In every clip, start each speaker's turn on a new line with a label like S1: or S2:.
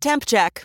S1: Temp check.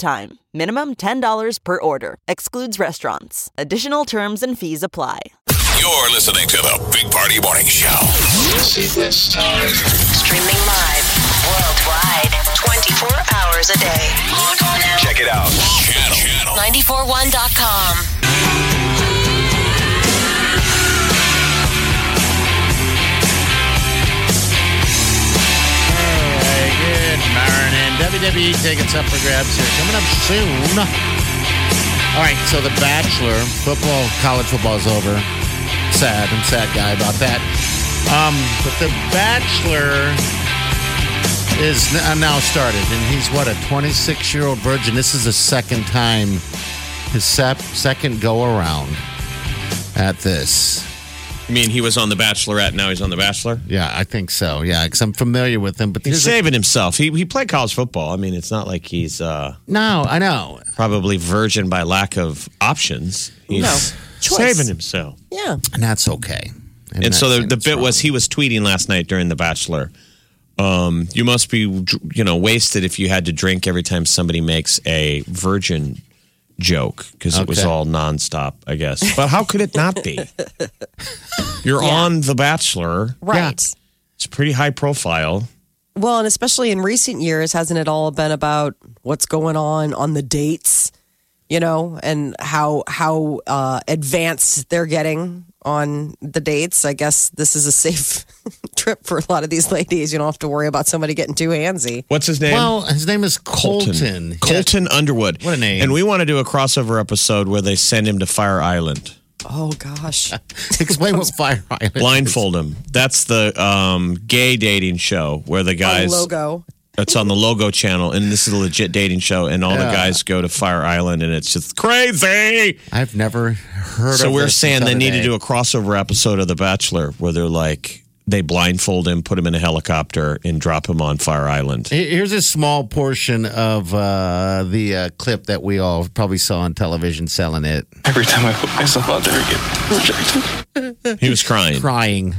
S1: time. Minimum $10 per order. Excludes restaurants. Additional terms and fees apply.
S2: You're listening to the Big Party Morning Show.
S3: Streaming live worldwide 24 hours a day. Log on now.
S2: Check it out. Channel.
S3: 941.com.
S4: Hey, good morning. WWE tickets E up for grabs here. Coming up soon. All right, so The Bachelor, football, college football's over. Sad. I'm a sad guy about that. Um, but The Bachelor is n- uh, now started, and he's what a 26 year old virgin. This is the second time, his sep- second go around at this.
S5: You mean he was on The Bachelorette, now he's on The Bachelor?
S4: Yeah, I think so. Yeah, because I'm familiar with him. But
S5: He's
S4: here's the-
S5: saving himself. He he played college football. I mean, it's not like he's uh,
S4: no, I know.
S5: probably virgin by lack of options. He's
S1: Choice.
S5: saving himself.
S1: Yeah.
S4: and that's okay.
S5: And so the,
S4: that's-
S5: the bit
S4: wrong.
S5: was he was tweeting last night during The Bachelor. Um, you must be you know wasted if you had to drink every time somebody makes a virgin joke because it was
S4: Okay.
S5: all nonstop, I guess. But how could it not be? You're on The Bachelor.
S6: Right.
S5: It's pretty high profile.
S6: Well, and especially in recent years, hasn't it all been about what's going on on the dates, you know, and how how uh, advanced they're getting on the dates? I guess this is a safe trip for a lot of these ladies. You don't have to worry about somebody getting too handsy.
S5: What's his name?
S4: Well, his name is Colton.
S5: Colton. Colton Underwood.
S4: What a name.
S5: And we want to do a crossover episode where they send him to Fire Island.
S6: Oh gosh,
S4: Yeah. Explain what Fire Island is.
S5: Blindfold him. That's the um, gay dating show where the guys.
S6: Oh, logo.
S5: It's on the Logo channel, and this is a legit dating show, and all the guys go to Fire Island, and it's just crazy.
S4: I've never heard of
S5: So we're
S4: this
S5: saying they
S4: other
S5: need to
S4: day.
S5: do a crossover episode of The Bachelor where they're like, they blindfold him, put him in a helicopter, and drop him on Fire Island.
S4: Here- Here's a small portion of uh, the uh, clip that we all probably saw on television selling it.
S7: Every time I put myself out there, I get rejected.
S5: He was crying.
S4: Crying.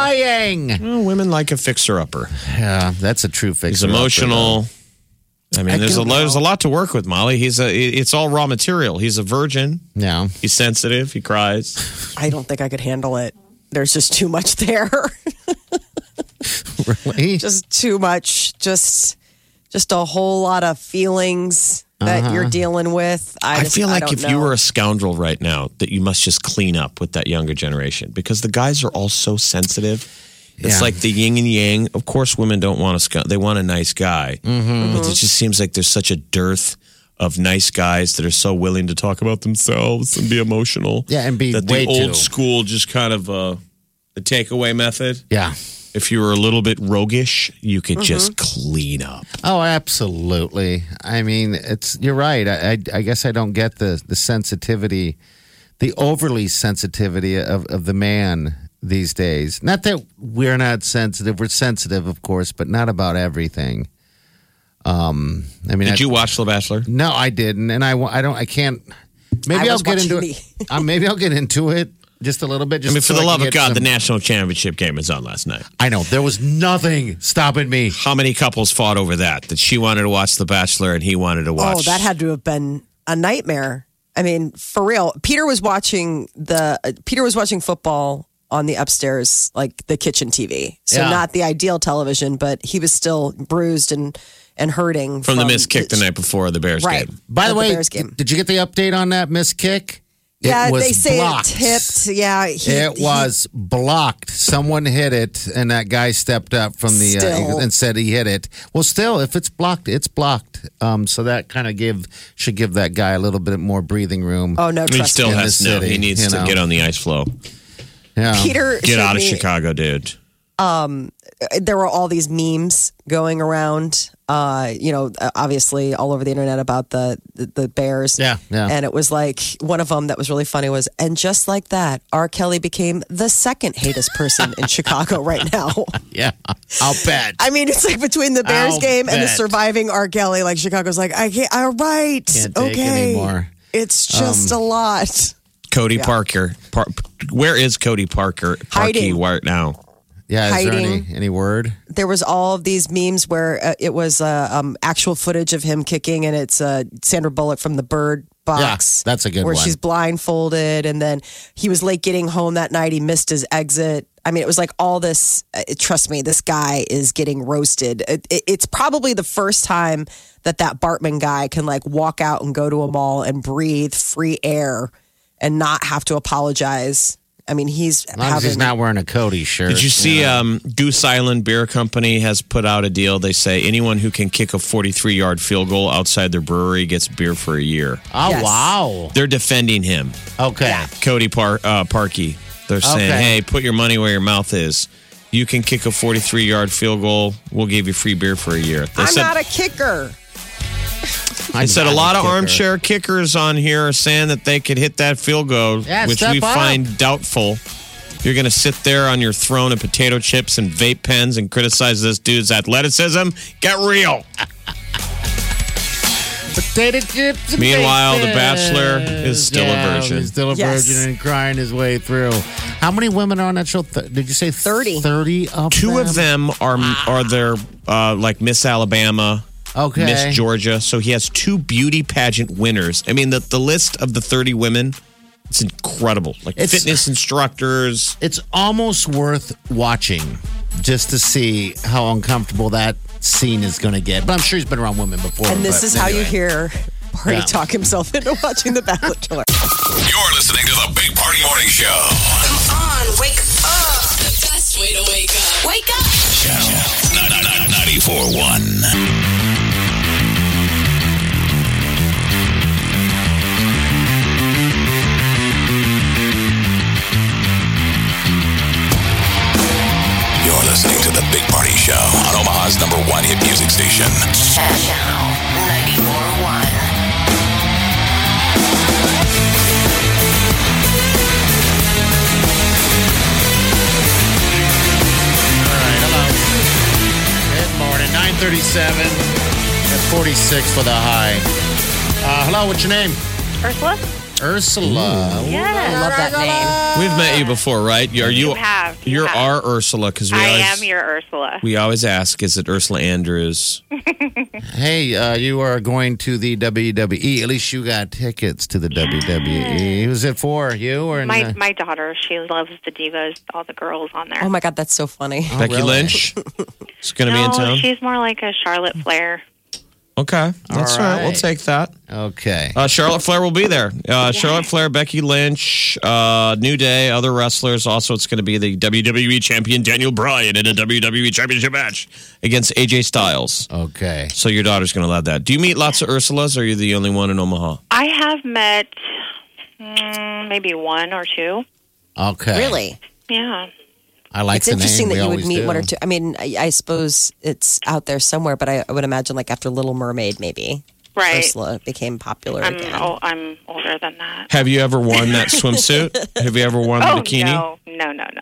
S4: Crying!
S5: Well, women like a fixer-upper.
S4: Yeah, that's a true fix.
S5: He's emotional. I mean,
S4: I
S5: there's a
S4: don't
S5: lot, there's a lot to work with, Molly. He's a it's all raw material. He's a virgin.
S4: Yeah.
S5: He's sensitive. He cries.
S6: I don't think I could handle it. There's just too much there.
S4: Really?
S6: just too much. Just just a whole lot of feelings that you're dealing with. I,
S5: Uh-huh. I
S6: just-
S5: feel
S6: I
S5: like
S6: don't
S5: if you
S6: know.
S5: were a scoundrel right now, that you must just clean up with that younger generation because the guys are all so sensitive. It's
S4: Yeah.
S5: like the yin and yang. Of course, women don't want a scoundrel; they want a nice guy. But it just seems like there's such a dearth of nice guys that are so willing to talk about themselves and be emotional.
S4: Yeah, and be
S5: that
S4: way
S5: the old
S4: too-
S5: school just kind of uh, the takeaway method.
S4: Yeah.
S5: if you were a little bit roguish, you
S6: Mm-hmm.
S5: could just clean up.
S4: Oh, absolutely. I mean, it's you're right. I, I, I guess I don't get the the sensitivity, the overly sensitivity of of the man these days. Not that we're not sensitive. We're sensitive, of course, but not about everything. Um, I mean, I-
S5: Did you watch The Bachelor?
S4: No, I didn't, and I wa- I don't I can't. Maybe
S6: I
S4: I'll
S6: was
S4: get into
S6: watching
S4: it. Uh, maybe I'll get into it just a little bit. Just
S5: I mean, for
S4: so
S5: the
S4: can
S5: love of
S4: get
S5: God, the
S4: some-
S5: national championship game is on last night.
S4: I know there was nothing stopping me.
S5: How many couples fought over that? That she wanted to watch The Bachelor and he wanted to watch.
S6: Oh, that had to have been a nightmare. I mean, for real. Peter was watching the uh, Peter was watching football on the upstairs, like the kitchen TV. So
S4: Yeah.
S6: not the ideal television, but he was still bruised and and hurting
S5: from, the missed kick the night before the Bears
S6: Right.
S5: game.
S4: By the,
S6: At the
S4: way,
S6: Bears game.
S4: did you get the update on that miss kick? It
S6: Yeah,
S4: was
S6: they say
S4: blocked.
S6: it tipped. Yeah, he,
S4: It
S6: he-
S4: was blocked. Someone hit it, and that guy stepped up from the
S6: Still.
S4: uh, and said he hit it. Well, still, if it's blocked, it's blocked. Um, so that kind of give should give that guy a little bit more breathing room.
S6: oh no,
S5: He
S6: trust
S5: still
S6: me.
S4: in
S5: has
S4: the
S5: no.
S4: city,
S5: He needs
S4: you
S5: to
S4: know.
S5: get on the ice flow.
S4: yeah.
S6: Peter
S5: Get
S6: showed
S5: out of
S6: me-
S5: Chicago, dude.
S6: there were all these memes going around uh, you know, obviously all over the internet about the the, the bears.
S4: Yeah, yeah.
S6: And it was like one of them that was really funny was, and just like that, R. Kelly became the second hatest person in Chicago right now.
S4: Yeah, I'll bet.
S6: I mean, it's like between the Bears
S4: I'll
S6: game and the
S4: bet.
S6: surviving R. Kelly, like Chicago's like, I can't, all right,
S4: Can't take
S6: okay.
S4: anymore. Um,
S6: It's just a lot.
S5: Cody Parker. Par- where is Cody Parker? Parkey
S6: Hiding.
S5: right now.
S4: yeah, is there any,
S6: hiding.
S4: any word?
S6: There was all of these memes where uh, it was uh, um, actual footage of him kicking, and it's uh, Sandra Bullock from the bird box.
S4: Yeah, that's a good
S6: where
S4: one.
S6: she's blindfolded, and then he was late getting home that night. He missed his exit. I mean, it was like all this. Uh, trust me, this guy is getting roasted. It, it, it's probably the first time that that Bartman guy can like walk out and go to a mall and breathe free air and not have to apologize. I mean, he's
S4: As long as he's
S6: having-
S4: not wearing a Cody shirt.
S5: Did you see um, Goose Island Beer Company has put out a deal? They say anyone who can kick a 43 yard field goal outside their brewery gets beer for a year.
S4: Oh
S6: Yes.
S4: wow.
S5: They're defending him,
S4: Okay.
S5: Cody Par- uh, Parkey. They're saying,
S4: Okay.
S5: hey, put your money where your mouth is. You can kick a 43 yard field goal. We'll give you free beer for a year. They
S6: I'm
S5: said,
S6: not a kicker.
S4: I
S5: they said a lot of
S4: kicker.
S5: armchair kickers on here are saying that they could hit that field goal,
S4: Yeah,
S5: which
S4: step
S5: we
S4: up.
S5: find doubtful. You're going to sit there on your throne of potato chips and vape pens and criticize this dude's athleticism? Get real.
S4: Potato chips.
S5: Meanwhile, The Bachelor is still a
S4: Yeah,
S5: virgin.
S4: He's still a
S6: Yes.
S4: virgin and crying his way through. How many women are on that show? Th- did you say
S6: 30.
S4: Thirty of
S5: Two of them are are their uh, like Miss Alabama,
S4: Okay.
S5: Miss Georgia. So he has two beauty pageant winners. I mean, the the list of the thirty women, it's incredible. Like
S4: It's-
S5: fitness instructors.
S4: It's almost worth watching just to see how uncomfortable that scene is going to get. But I'm sure he's been around women before.
S6: And this
S4: but
S6: is how you
S4: anyway.
S6: hear Marty
S4: Yeah.
S6: talk himself into watching The Bachelor.
S2: You're listening to the Big Party Morning Show.
S8: Come on, wake up. The best way to wake up. Wake up.
S2: Channel 941. You're listening to the Big Party Show on Omaha's number one hit music station.
S3: Channel 941.
S4: All right, hello. Good morning. 937 at 46 for the high. Uh, hello, what's your name?
S9: Ursula?
S4: Ursula.
S9: Yes.
S6: I love that name.
S5: We've met you before, right? Are you?
S9: You have, you
S5: You're
S9: have.
S5: our Ursula because we
S9: I
S5: always
S9: am your Ursula.
S5: we always ask, is it Ursula Andrews?
S9: Oh,
S4: Hey, uh, you are going to the WWE. At least you got tickets to the WWE. Who's it for? You or
S9: My my daughter, she loves the divas, all the girls on there.
S6: Oh my God, that's so funny.
S5: Becky
S4: really?
S5: Lynch. It's going to
S9: no,
S5: be in town.
S9: she's more like a
S5: Mm.
S9: Charlotte Flair.
S5: okay, that's all right. We'll
S4: right.
S5: take that.
S4: Okay.
S5: Uh, Charlotte Flair will be there. Uh, Charlotte Flair, Becky Lynch, uh, New Day, other wrestlers. Also, it's going to be the WWE champion Daniel Bryan in a WWE championship match against AJ Styles.
S4: Okay.
S5: So your daughter's going to love that. Do you meet lots of Ursulas, or are you the only one in Omaha?
S9: I have met mm, maybe one or two.
S4: Okay.
S6: Really?
S9: Yeah.
S4: I like
S6: It's
S4: the name.
S6: interesting
S4: We
S6: that you would
S4: always
S6: meet
S4: do.
S6: one or two. I mean, I, I suppose it's out there somewhere, but I, I would imagine like after Little Mermaid, maybe
S9: Right.
S6: Ursula became popular
S9: I'm
S6: again.
S9: oh, I'm older than that.
S5: Have you ever worn that swimsuit? Have you ever worn the
S9: Oh
S5: bikini?
S9: no, no, no, no.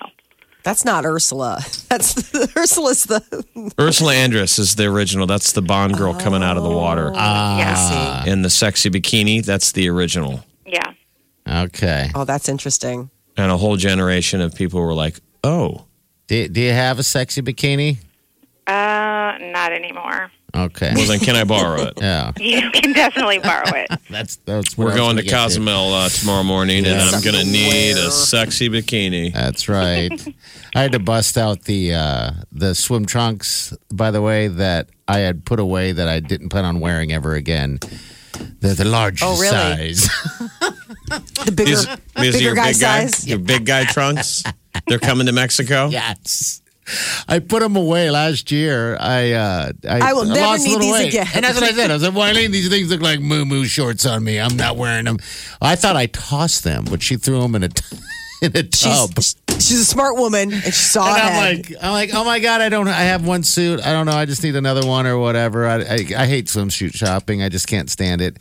S6: That's not Ursula. That's Ursula's the.
S5: Ursula Andress is the original. That's the Bond girl coming out of the water
S9: Oh. yeah.
S5: in the sexy bikini. That's the original.
S9: Yeah.
S4: Okay.
S6: Oh, that's interesting.
S5: And a whole generation of people were like, "Oh,
S4: Do, do you have a sexy bikini?
S9: Uh, not anymore.
S4: Okay.
S5: well then, can I borrow it?"
S4: yeah.
S9: You can definitely borrow it.
S4: That's that's. what
S5: We're
S4: I was
S5: going to
S4: gonna get
S5: Cozumel uh, tomorrow morning, and I'm going to need a sexy bikini.
S4: That's right. I had to bust out the uh, the swim trunks, by the way, that I had put away that I didn't plan on wearing ever again. They're the largest
S6: Oh, really?
S4: size.
S6: The bigger,
S5: These, these are
S6: bigger
S5: your
S6: guy
S5: big guy,
S6: size.
S5: your big guy trunks. They're coming to Mexico.
S4: yes. I put them away last year. I uh, I,
S6: I will never
S4: lost a
S6: need
S4: little
S6: these
S4: weight.
S6: again.
S4: And that's what I said. I said, Wileen, these things look like moo moo shorts on me. I'm not wearing them. I thought I tossed them, but she threw them in a t- in a tub.
S6: She's a smart woman, and she saw
S4: oh, And I'm
S6: ahead.
S4: like, I'm like, oh my god, I don't. I have one suit. I don't know. I just need another one or whatever. I, I, I hate swimsuit shopping. I just can't stand it.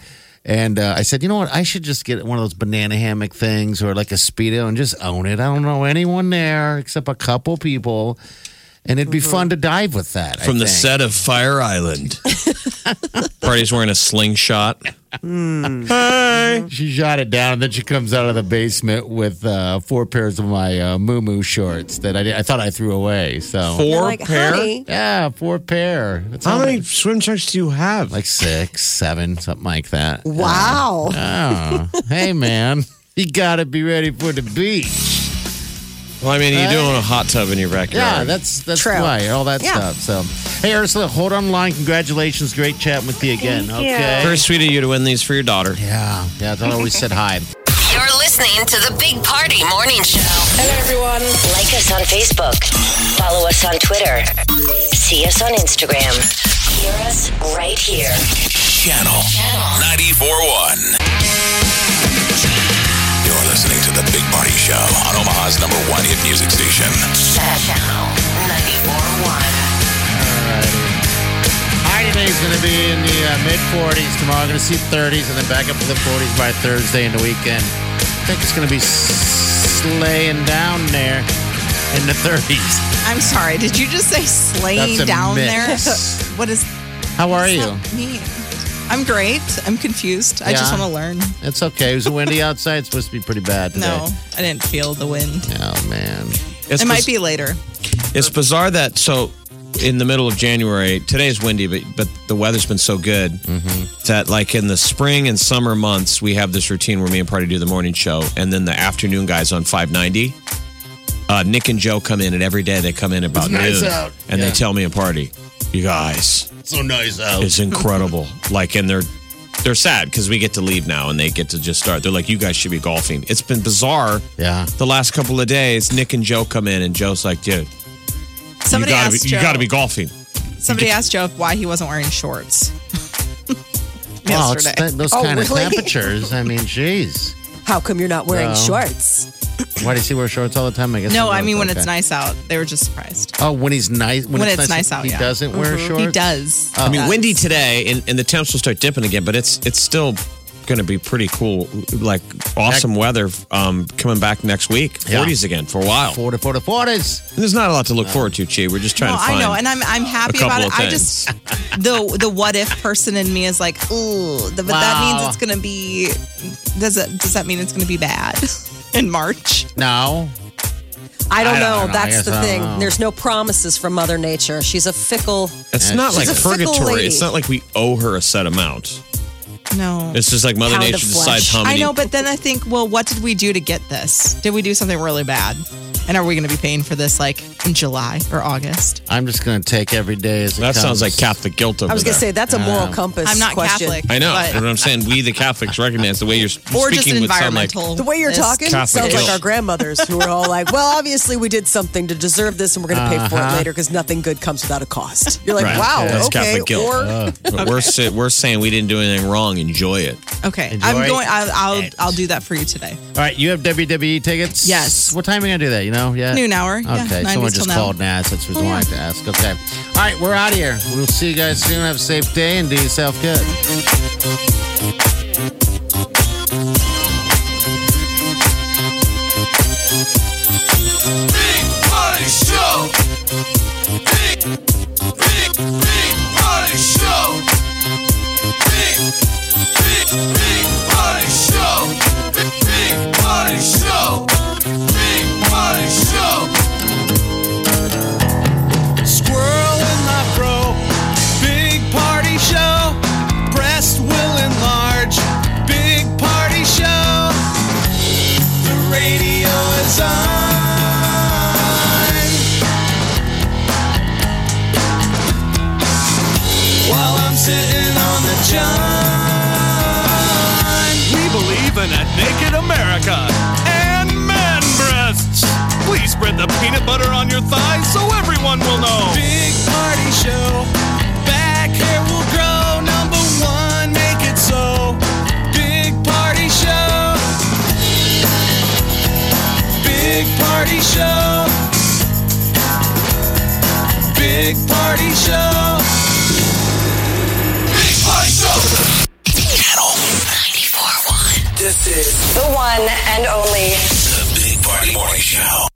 S4: And uh, I said, you know what? I should just get one of those banana hammock things or like a speedo and just own it. I don't know anyone there except a couple people, and it'd be fun to dive with that I
S5: From the
S4: think.
S5: set of Fire Island. Party's wearing a slingshot.
S4: She shot it down, and then she comes out of the basement with uh, four pairs of my uh, moo shorts that I, I thought I threw away. So
S5: Four
S6: Like,
S5: pair.
S6: honey,
S4: yeah, four pair. That's
S5: How
S4: all-
S5: many swim trunks do you have?
S4: Like six, seven, something like that.
S6: wow.
S4: Oh, hey man, you gotta be ready for the beach.
S5: well, I mean, you do own a hot tub in your backyard.
S4: Yeah, that's that's
S6: True.
S4: why all that
S6: Yeah.
S4: stuff. So, hey Ursula, hold on the line. Congratulations, great chatting with you again.
S9: Thank you.
S4: okay.
S5: Very sweet of you to win these for your daughter.
S4: Yeah, yeah. I always said hi.
S3: You're listening to the Big Party Morning Show. Hello, everyone. Like us on Facebook. Follow us on Twitter. See us on Instagram. Hear us right here.
S2: Channel 941. You're listening to the Big Party Show on Omaha's number one hit music station.
S3: Channel 941.
S4: High today's going to be in the uh, mid 40s. Tomorrow, going to see 30s and then back up to the 40s by Thursday and the weekend. I think it's going to be slaying down there in the 30s.
S10: I'm sorry. Did you just say slaying
S4: That's a
S10: down
S4: mix.
S10: there? What is
S4: How are you?
S10: that mean? I'm great. I'm confused. I just
S4: Yeah.
S10: want to learn.
S4: It's okay. It was windy outside. It's supposed to be pretty bad today.
S10: No, I didn't feel the wind.
S4: Oh, man.
S5: It's
S10: It might
S5: biz-
S10: be later.
S5: It's bizarre that so in the middle of January, today's windy, but but the weather's been so good that like in the spring and summer months, we have this routine where me and Party do the morning show, and then the afternoon guys on five ninety. Uh, Nick and Joe come in, and every day they come in about
S4: nice
S5: noon,
S4: out.
S5: and they
S4: Yeah.
S5: tell me and Party, you guys,
S4: It's so nice out.
S5: it's incredible. like, and they're they're sad because we get to leave now, and they get to just start. They're like, you guys should be golfing. It's been bizarre.
S4: Yeah.
S5: The last couple of days, Nick and Joe come in, and Joe's like, dude,
S10: Somebody
S5: you gotta
S10: asked
S5: be,
S10: Joe.
S5: you gotta be golfing.
S10: somebody asked Joe why he wasn't wearing shorts.
S4: Wow, it's
S10: yesterday.
S4: th- those
S6: Oh,
S4: kind
S6: really?
S4: of temperatures. I mean, jeez.
S6: How come you're not wearing
S4: Well.
S6: shorts?
S4: Why does he wear shorts all the time? I guess.
S10: no,
S4: he
S10: I mean
S4: does.
S10: when it's
S4: Okay.
S10: nice out. They were just surprised.
S4: Oh, when he's nice. When,
S10: When it's nice out,
S4: he
S10: yeah. Mm-hmm.
S4: doesn't wear shorts.
S10: He does.
S5: I mean,
S10: Does.
S5: windy today, and, and the temps will start dipping again, but it's it's still going to be pretty cool, like awesome weather um, coming back next week.
S4: Yeah.
S5: 40s again for a while.
S4: Four to four to forties.
S5: And there's not a lot to look forward to, Chi. We're just trying
S10: No,
S5: to find.
S10: I know, and I'm I'm happy
S5: couple
S10: about it.
S5: of
S10: I just the the what if person in me is like, ooh, the, but that
S4: Wow.
S10: means it's gonna be. Does it? Does that mean it's gonna be bad in March?
S4: No.
S6: I don't,
S4: I don't
S6: know.
S4: know. I
S6: That's
S4: guess
S6: the
S4: I don't
S6: thing.
S4: know.
S6: There's no promises from Mother Nature. She's a fickle.
S5: it's not like
S6: She's a fickle
S5: purgatory.
S6: lady.
S5: It's not like we owe her a set amount.
S10: No.
S5: It's just like Mother
S6: Pound of
S5: Nature decides
S6: flesh.
S5: how
S10: I
S5: many.
S10: know, but then I think, well, what did we do to get this? Did we do something really bad? And are we going to be paying for this like in July or August?
S4: I'm just going to take every day as it
S5: that sounds
S4: comes.
S5: like Catholic guilt over
S6: I was
S5: there.
S6: gonna say that's a moral
S4: Um,
S6: compass.
S10: I'm not
S6: question.
S10: Catholic.
S5: I know.
S10: but-
S5: But I'm saying we, the Catholics, recognize the way you're
S10: or just
S5: speaking would sound like.
S10: environmental.
S6: The way you're talking
S5: Catholic
S6: sounds like
S5: guilt.
S6: our grandmothers who were all like, "Well, obviously we did something to deserve this, and we're going to pay for it later because nothing good comes without a cost." You're like,
S5: Uh-huh. Right.
S6: "Wow,
S5: That's
S6: okay."
S5: Catholic guilt.
S6: Or
S4: Oh.
S5: But we're, sa- we're saying we didn't do anything wrong. Enjoy it.
S10: Okay,
S4: Enjoy
S10: I'm going. I'll I'll,
S4: it.
S10: I'll do that for you today.
S4: All right, you have WWE tickets?
S10: Yes.
S4: What time are you going to do that? You know? Yeah.
S10: Noon hour.
S4: Okay,
S10: Yeah, nine
S4: someone
S10: weeks
S4: just
S10: till now. Oh,
S4: called and asked. That's what I wanted to ask. Okay. All right, we're out of here. We'll see you guys soon. Have a safe day and do yourself good.
S2: Big Party Show. Big, big, big Party Show. Big, big, big Party Show. Big, big Party Show. Big Party Show. Squirrel in my fro. Big Party Show. Breast will enlarge. Big Party Show. The radio is on. While I'm sitting on the john. We believe in a naked America and man breasts. Please spread the peanut butter on your thighs so everyone will know. Big party show. Back hair will grow. Number one, make it so. Big party show. Big party show. This is
S11: The one and only
S2: the Big Party Morning Show.